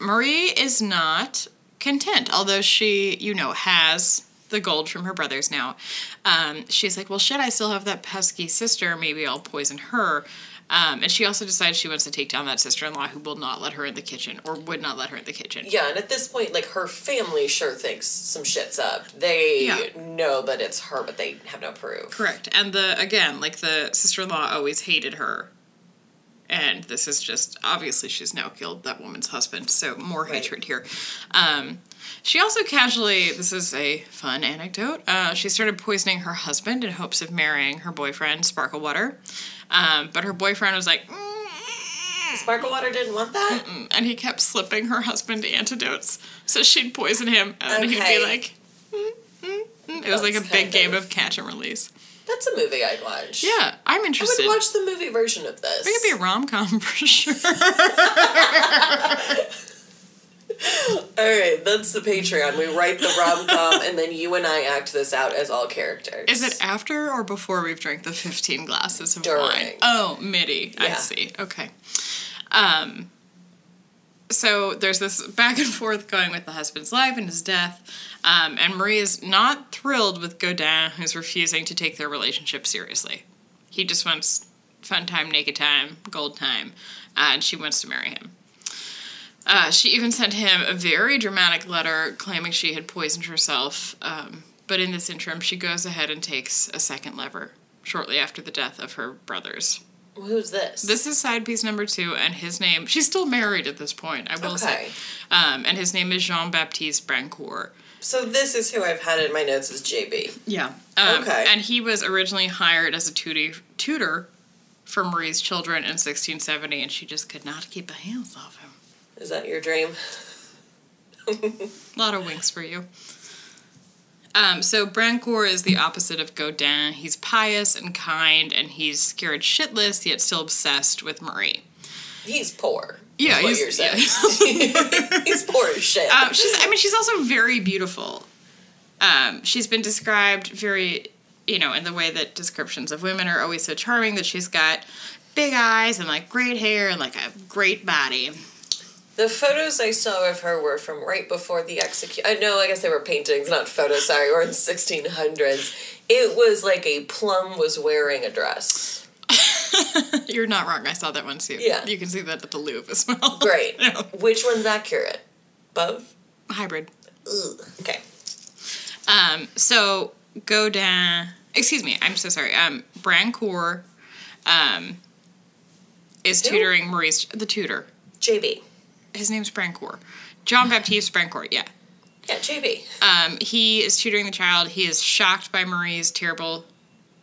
B: Marie is not content. Although she, you know, has the gold from her brothers now. Um, she's like, well, shit, I still have that pesky sister. Maybe I'll poison her. Um, and she also decides she wants to take down that sister in law who will not let her in the kitchen or would not let her in the kitchen.
A: Yeah, and at this point, like her family sure thinks some shit's up. They
B: Yeah.
A: know that it's her, but they have no proof.
B: Correct. And the again, like the sister in law always hated her. And this is just obviously she's now killed that woman's husband, so more
A: Right.
B: hatred here. Um, she also casually, this is a fun anecdote. Uh, she started poisoning her husband in hopes of marrying her boyfriend, Sparklewater. Um, but her boyfriend was like, "Mm-mm,"
A: Sparklewater didn't want that.
B: and he kept slipping her husband antidotes. So she'd poison him, and he'd
A: Okay.
B: be like, Mm-mm-mm. it was like a
A: That's
B: big
A: kind
B: game
A: of-
B: of catch and release.
A: That's a movie I'd watch.
B: Yeah, I'm
A: I
B: interested.
A: would watch the movie version of this.
B: It could be a rom com for sure.
A: All right, that's the Patreon. We write the rom com, and then you and I act this out as all characters.
B: Is it after or before we've drank the 15 glasses of
A: During.
B: wine? Oh, midi. I
A: Yeah.
B: see. Okay. Um, so there's this back and forth going with the husband's life and his death. Um, and Marie is not thrilled with Godin, who's refusing to take their relationship seriously. He just wants fun time, naked time, gold time, uh, and she wants to marry him. Uh, she even sent him a very dramatic letter claiming she had poisoned herself. Um, but in this interim, she goes ahead and takes a second lover shortly after the death of her brothers.
A: Who's this?
B: This is side piece number two, and his name, she's still married at this point, I will say.
A: Okay.
B: Um, and his name is Jean Baptiste Brancourt.
A: So this is who I've had in my notes as JB.
B: Yeah. Um,
A: Okay.
B: And he was originally hired as a tutor, tutor for Marie's children in 1670, and she just could not keep a hands off him.
A: Is that your dream?
B: A lot of winks for you. Um, so Brancourt is the opposite of Godin. He's pious and kind, and he's scared shitless, yet still obsessed with Marie.
A: He's poor. is
B: Yeah,
A: what
B: he's-
A: you're saying.
B: yeah.
A: he's poor as shit.
B: Um, she's, I mean, she's also very beautiful. Um, she's been described very, you know, in the way that descriptions of women are always so charming that she's got big eyes and like great hair and like a great body.
A: The photos I saw of her were from right before the execution. I know, I guess they were paintings, not photos. Sorry, we're in 1600s. It was like a plum was wearing a dress.
B: You're not wrong. I saw that one too.
A: Yeah.
B: You can see that at the Louvre as well.
A: Great.
B: Yeah.
A: Which one's accurate? Both.
B: Hybrid.
A: Ugh. Okay.
B: Um, so Godin, excuse me, I'm so sorry. Um, Brancourt, um, is
A: Who?
B: tutoring Maurice, the tutor.
A: JB.
B: His name's Brancourt. John Baptiste Brancourt, yeah.
A: Yeah, JB.
B: Um, he is tutoring the child. He is shocked by Marie's terrible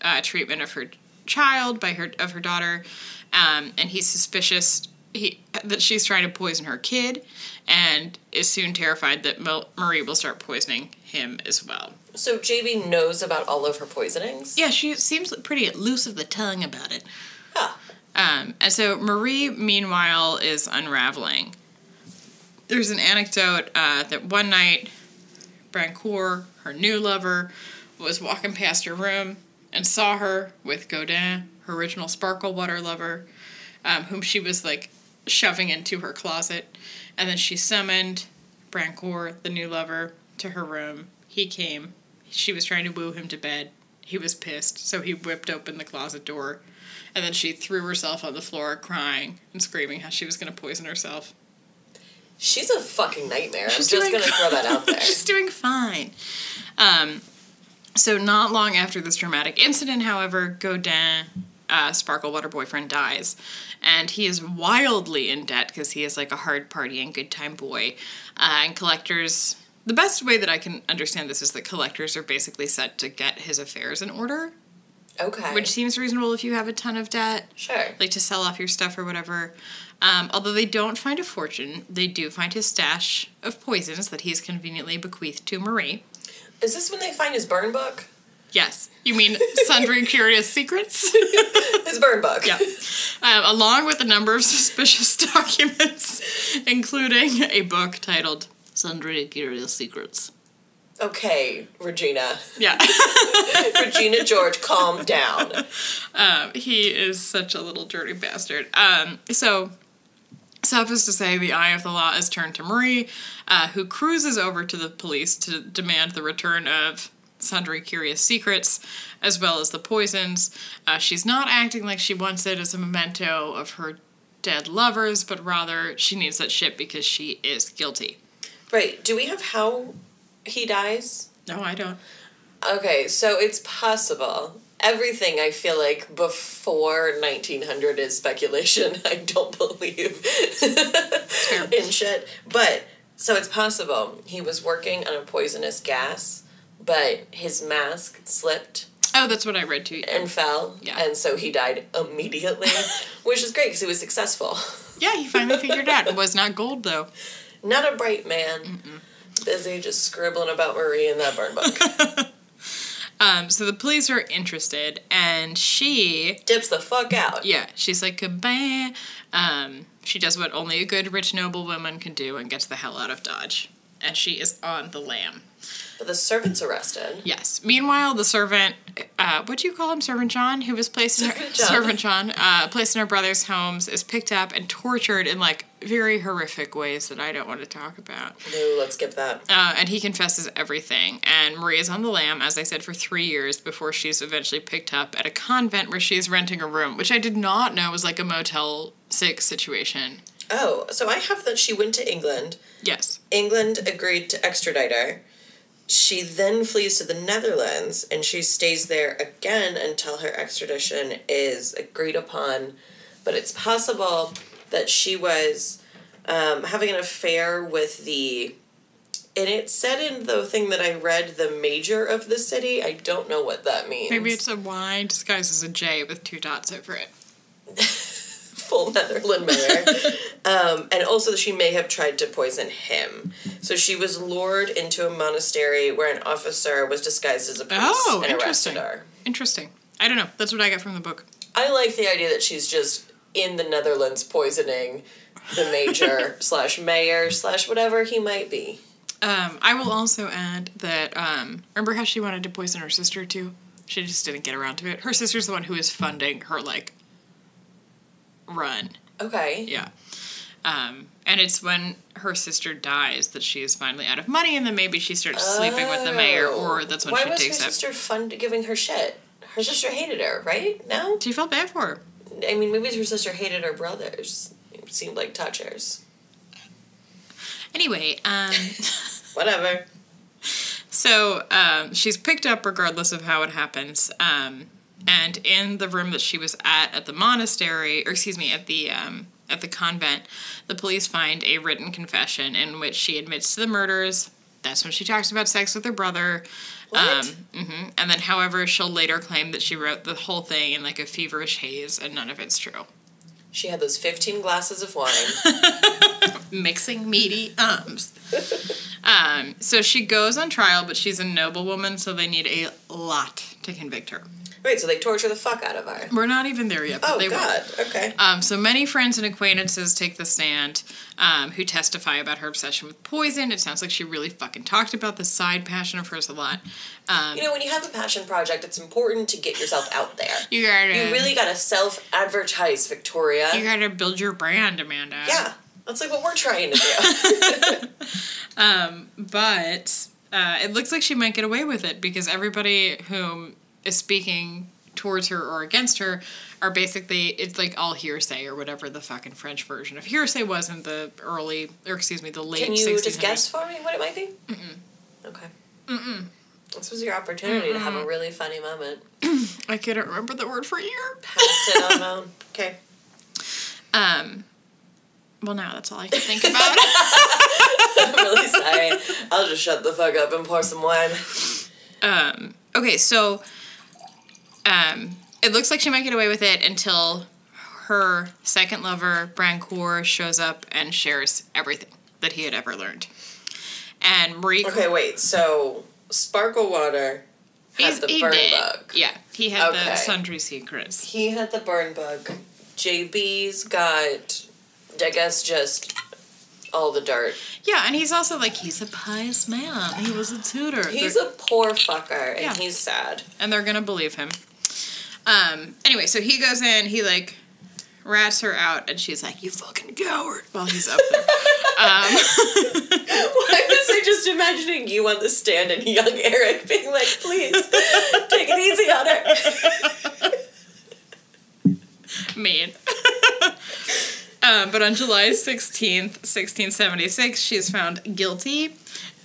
B: uh, treatment of her child, by her of her daughter, um, and he's suspicious he, that she's trying to poison her kid, and is soon terrified that Mo- Marie will start poisoning him as well.
A: So JB knows about all of her poisonings?
B: Yeah, she seems pretty loose of the tongue about it.
A: Huh.
B: Um, and so Marie, meanwhile, is unraveling. There's an anecdote uh, that one night, Brancourt, her new lover, was walking past her room and saw her with Godin, her original sparkle water lover, um, whom she was like shoving into her closet. And then she summoned Brancourt, the new lover, to her room. He came. She was trying to woo him to bed. He was pissed, so he whipped open the closet door. And then she threw herself on the floor crying and screaming how she was going to poison herself.
A: She's a fucking nightmare.
B: She's
A: I'm just
B: doing-
A: going to throw that out there.
B: She's doing fine. Um, so not long after this dramatic incident, however, Godin, uh, Sparklewater boyfriend, dies, and he is wildly in debt because he is like a hard partying good time boy, uh, and collectors. The best way that I can understand this is that collectors are basically set to get his affairs in order,
A: Okay.
B: which seems reasonable if you have a ton of debt
A: sure.
B: like to sell off your stuff or whatever. Um, although they don't find a fortune, they do find his stash of poisons that he's conveniently bequeathed to Marie.
A: Is this when they find his burn book?
B: Yes, you mean sundry curious secrets?
A: His burn book.
B: yeah. Um, along with a number of suspicious documents, including a book titled Sundry Curious Secrets.
A: Okay, Regina.
B: Yeah.
A: Regina George, calm down.
B: Um, he is such a little dirty bastard. Um, so Suffice to say, the eye of the law is turned to Marie, uh, who cruises over to the police to demand the return of sundry curious secrets, as well as the poisons. Uh, she's not acting like she wants it as a memento of her dead lovers, but rather she needs that shit because she is guilty.
A: Right. Do we have how he dies?
B: No, I don't.
A: Okay, so it's possible. Everything I feel like before 1900 is speculation. I don't believe in shit. But so it's possible. He was working on a poisonous gas, but his mask slipped
B: Oh, that's what I read to you.
A: and fell.
B: Yeah.
A: And so he died immediately, which is great because he was successful.
B: Yeah, he finally figured it out. It was not gold, though.
A: Not a bright man. Busy just scribbling about Marie in that burn book.
B: Um, so the police are interested, and she,
A: Dips the fuck out.
B: yeah, she's like, goodbye. Um, she does what only a good, rich, noble woman can do and gets the hell out of Dodge. And she is on the lam.
A: But the servant's arrested.
B: Yes. Meanwhile, the servant, uh, what do you call him, servant John, who was placed in her,
A: Servant John.
B: servant John, uh, placed in her brother's homes, is picked up and tortured in like very horrific ways that I don't want to talk about.
A: No, let's skip that.
B: Uh, and he confesses everything. And Maria's on the lam, as I said, for three years before she's eventually picked up at a convent where she's renting a room, which I did not know was like a Motel 6 situation.
A: Oh, so I have that she went to England.
B: Yes.
A: England agreed to extradite her. She then flees to the Netherlands and she stays there again until her extradition is agreed upon. But it's possible that she was um, having an affair with the. And it said in the thing that I read, the major of the city. I don't know what that means.
B: Maybe it's a Y disguised as a J with two dots over it.
A: full Netherland mayor. um, and also that she may have tried to poison him. So she was lured into a monastery where an officer was disguised as a priest
B: Oh,
A: and
B: interesting.
A: arrested her.
B: Interesting. I don't know. That's what I got from the book.
A: I like the idea that she's just in the Netherlands poisoning the major slash mayor slash whatever he might be.
B: Um, I will also add that um, remember how she wanted to poison her sister too? She just didn't get around to it. Her sister's the one who is funding her like run.
A: Okay.
B: Yeah. Um, and it's when her sister dies that she is finally out of money, and then maybe she starts sleeping with the mayor, or that's when
A: Oh. Why
B: she
A: was
B: takes
A: her
B: up.
A: sister fun giving her shit? Her sister hated her, right? No?
B: She felt bad for her.
A: I mean, maybe her sister hated her brothers. It seemed like touchers.
B: Anyway, um,
A: Whatever.
B: so um, she's picked up regardless of how it happens. Um, and in the room that she was at at the monastery, or excuse me, at the um, at the convent, the police find a written confession in which she admits to the murders. That's when she talks about sex with her brother.
A: What?
B: hmm And then, however, she'll later claim that she wrote the whole thing in like a feverish haze and none of it's true.
A: She had those 15 glasses of wine.
B: Mixing meaty ums. um, so she goes on trial, but she's a noblewoman, so they need a lot to convict her.
A: Wait, so they torture the fuck out of her.
B: We're not even there yet, but
A: Oh,
B: they will.
A: God. Okay.
B: Um, so many friends and acquaintances take the stand um, who testify about her obsession with poison. It sounds like she really fucking talked about this side passion of hers a lot. Um,
A: You know, when you have a passion project, it's important to get yourself out there.
B: you gotta,
A: You really gotta self advertise, Victoria.
B: you gotta build your brand, Amanda.
A: yeah. That's like what we're trying to do.
B: but uh, it looks like she might get away with it because everybody whom is speaking towards her or against her are basically it's like all hearsay or whatever the fucking French version of hearsay was in the early or excuse me the late.
A: Can you
B: 1600s.
A: just guess for me what it might be? Mm-mm. Okay. Mm-mm. This was your opportunity to have a really funny moment.
B: I couldn't remember the word for year.
A: Passed it on my own. Okay.
B: Um, well now that's all I can think about.
A: I'm really sorry. I'll just shut the fuck up and pour some wine.
B: Um, okay, so um, it looks like she might get away with it until her second lover, Brancourt, shows up and shares everything that he had ever learned. And Marie
A: Okay, wait. So, sparkle water has
B: he's-
A: the
B: he
A: burn
B: did.
A: bug.
B: Yeah, he had the
A: Okay.
B: sundry secrets.
A: He had the burn bug. JB's got, I guess, just all the dirt.
B: Yeah, and he's also like he's a pious man. He was a tutor.
A: He's
B: They're-
A: a poor fucker, and
B: Yeah.
A: he's sad.
B: and they're gonna believe him. Um, anyway, so he goes in. He like rats her out, and she's like, "You fucking coward!" While he's up there. Um,
A: Why was I just imagining you on the stand and young Eric being like, please, take it easy on her?
B: mean. um, but on July 16th, 1676, she is found guilty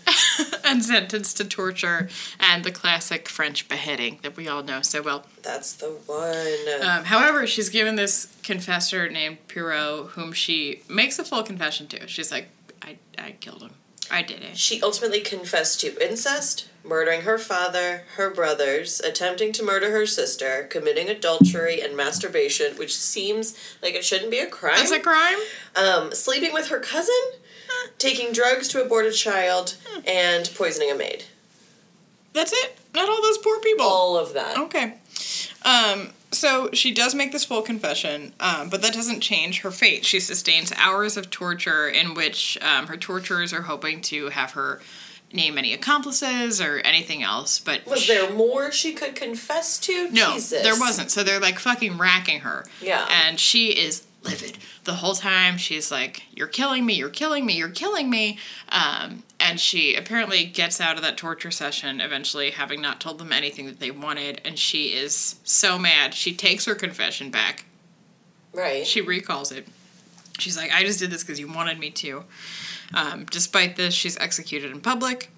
B: and sentenced to torture and the classic French beheading that we all know so well.
A: That's the one.
B: Um, however, she's given this confessor named Pierrot, whom she makes a full confession to. She's like, I, I killed him. I did it.
A: She ultimately confessed to incest, murdering her father, her brothers, attempting to murder her sister, committing adultery and masturbation, which seems like it shouldn't be a crime.
B: That's a crime?
A: um, sleeping with her cousin, taking drugs to abort a child, and poisoning a maid.
B: That's it? Not all those poor people.
A: All of that.
B: Okay. Um, so she does make this full confession, um, but that doesn't change her fate. She sustains hours of torture in which um, her torturers are hoping to have her name any accomplices or anything else. But
A: Was there more she could confess to?
B: no,
A: Jesus.
B: there wasn't. So they're like fucking racking her.
A: Yeah.
B: And she is livid the whole time. She's like, "You're killing me! You're killing me! You're killing me!" Um, and she apparently gets out of that torture session eventually, having not told them anything that they wanted. And she is so mad. She takes her confession back.
A: Right.
B: She recalls it. She's like, "I just did this because you wanted me to." Um, despite this, she's executed in public.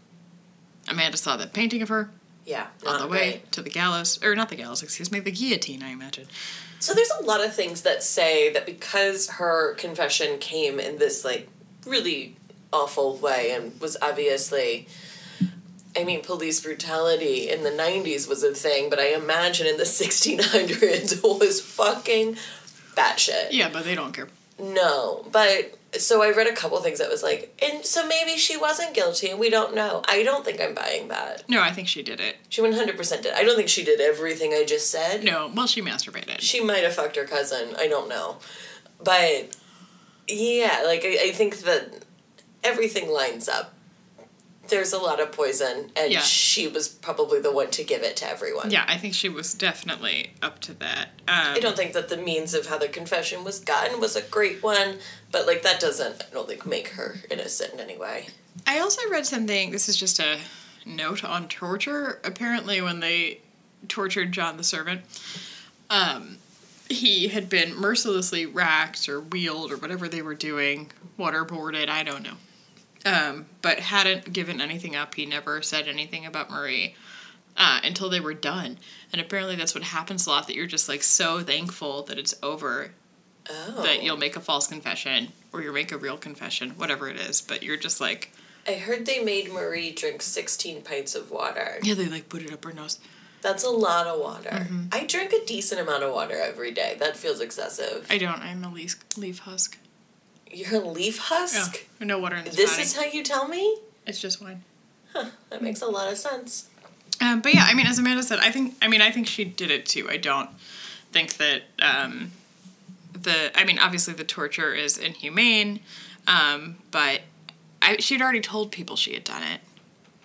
B: Amanda saw that painting of her
A: yeah.
B: on
A: not
B: the way
A: great.
B: to the gallows, or not the gallows, excuse me, the guillotine. I imagine.
A: So there's a lot of things that say that because her confession came in this like really awful way and was obviously I mean police brutality in the 90s was a thing, but I imagine in the 1600s was fucking batshit.
B: Yeah, but they don't care.
A: No, but so I read a couple things that was like, and so maybe she wasn't guilty and we don't know. I don't think I'm buying that.
B: No, I think she did it.
A: She 100% did. I don't think she did everything I just said.
B: No, well, she masturbated.
A: she might have fucked her cousin. I don't know. But yeah, like I, I think that everything lines up. There's a lot of poison, and
B: Yeah.
A: she was probably the one to give it to everyone.
B: Yeah, I think she was definitely up to that. Um,
A: I don't think that the means of how the confession was gotten was a great one, but like that doesn't, I don't think, make her innocent in any way.
B: I also read something. This is just a note on torture. Apparently, when they tortured John the servant, um, he had been mercilessly racked or wheeled or whatever they were doing, waterboarded. I don't know, um, but hadn't given anything up. He never said anything about Marie. Uh, until they were done. And apparently, that's what happens a lot that you're just like so thankful that it's over
A: Oh.
B: that you'll make a false confession or you'll make a real confession, whatever it is. But you're just like,
A: I heard they made Marie drink 16 pints of water.
B: Yeah, they like put it up her nose.
A: That's a lot of water.
B: Mm-hmm.
A: I drink a decent amount of water every day. That feels excessive.
B: I don't. I'm a leaf, leaf husk.
A: You're a leaf husk?
B: Yeah, no water in this,
A: This
B: body.
A: is how you tell me?
B: it's just wine.
A: That makes a lot of sense.
B: Um, but yeah, I mean, as Amanda said, I think. I mean, I think she did it too. I don't think that um, the. I mean, obviously the torture is inhumane, um, but I, she'd already told people she had done it.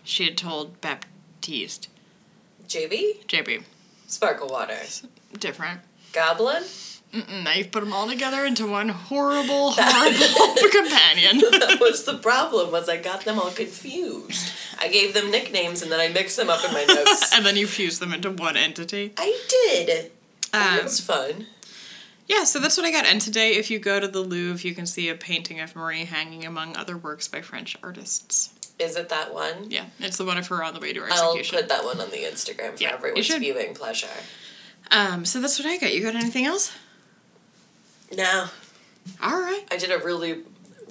B: She had told Baptiste,
A: JB?
B: JB,
A: Sparkle water.
B: different.
A: Goblin?
B: Mm-mm, now you've put them all together into one horrible, horrible companion.
A: That was the problem, was I got them all confused. I gave them nicknames and then I mixed them up in my notes.
B: and then you fuse them into one entity.
A: I did.
B: Um,
A: it was fun.
B: Yeah, so that's what I got. And today, if you go to the Louvre, you can see a painting of Marie hanging among other works by French artists.
A: Is it that one?
B: Yeah, it's the one of her on the way to her
A: I'll
B: execution.
A: put that one on the Instagram for
B: Yeah, you
A: everyone's
B: should.
A: viewing pleasure.
B: Um, so that's what I got. You got anything else?
A: No,
B: All right.
A: I did a really,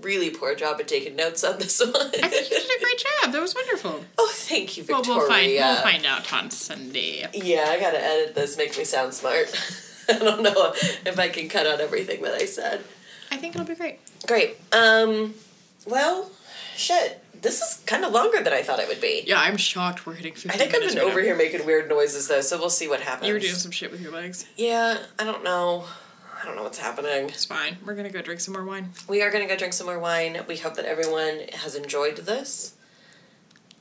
A: really poor job at taking notes on this one.
B: I think you did a great job. That was wonderful.
A: oh, thank you,
B: Well,
A: Victoria.
B: we'll find we'll find out on Sunday.
A: Yeah, I gotta edit this, make me sound smart. I don't know if I can cut out everything that I said.
B: I think it'll be great.
A: Great. Um, well, shit. This is kind of longer than I thought it would be.
B: Yeah, I'm shocked we're hitting 50
A: I think I've
B: minutes
A: been
B: right
A: over
B: now.
A: here making weird noises though, so we'll see what happens.
B: You were doing some shit with your legs.
A: Yeah, I don't know. I don't know what's happening.
B: It's fine. We're gonna go drink some more wine.
A: We are gonna go drink some more wine. We hope that everyone has enjoyed this.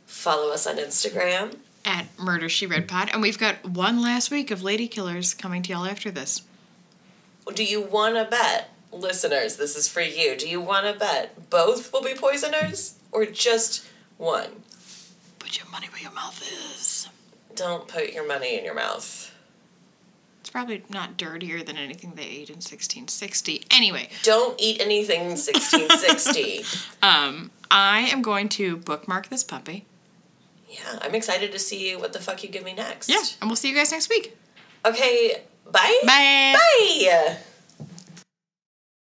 A: Follow us on Instagram.
B: At Murder She Read Pod, and we've got one last week of Lady Killers coming to y'all after this.
A: Do you want to bet, listeners? This is for you. Do you want to bet both will be poisoners or just one?
B: Put your money where your mouth is.
A: Don't put your money in your mouth.
B: It's probably not dirtier than anything they ate in 1660. Anyway,
A: Don't eat anything 1660.
B: um, I am going to bookmark this puppy.
A: yeah, I'm excited to see what the fuck you give me next.
B: And we'll see you guys next week.
A: Okay, bye.
B: Bye.
A: Bye.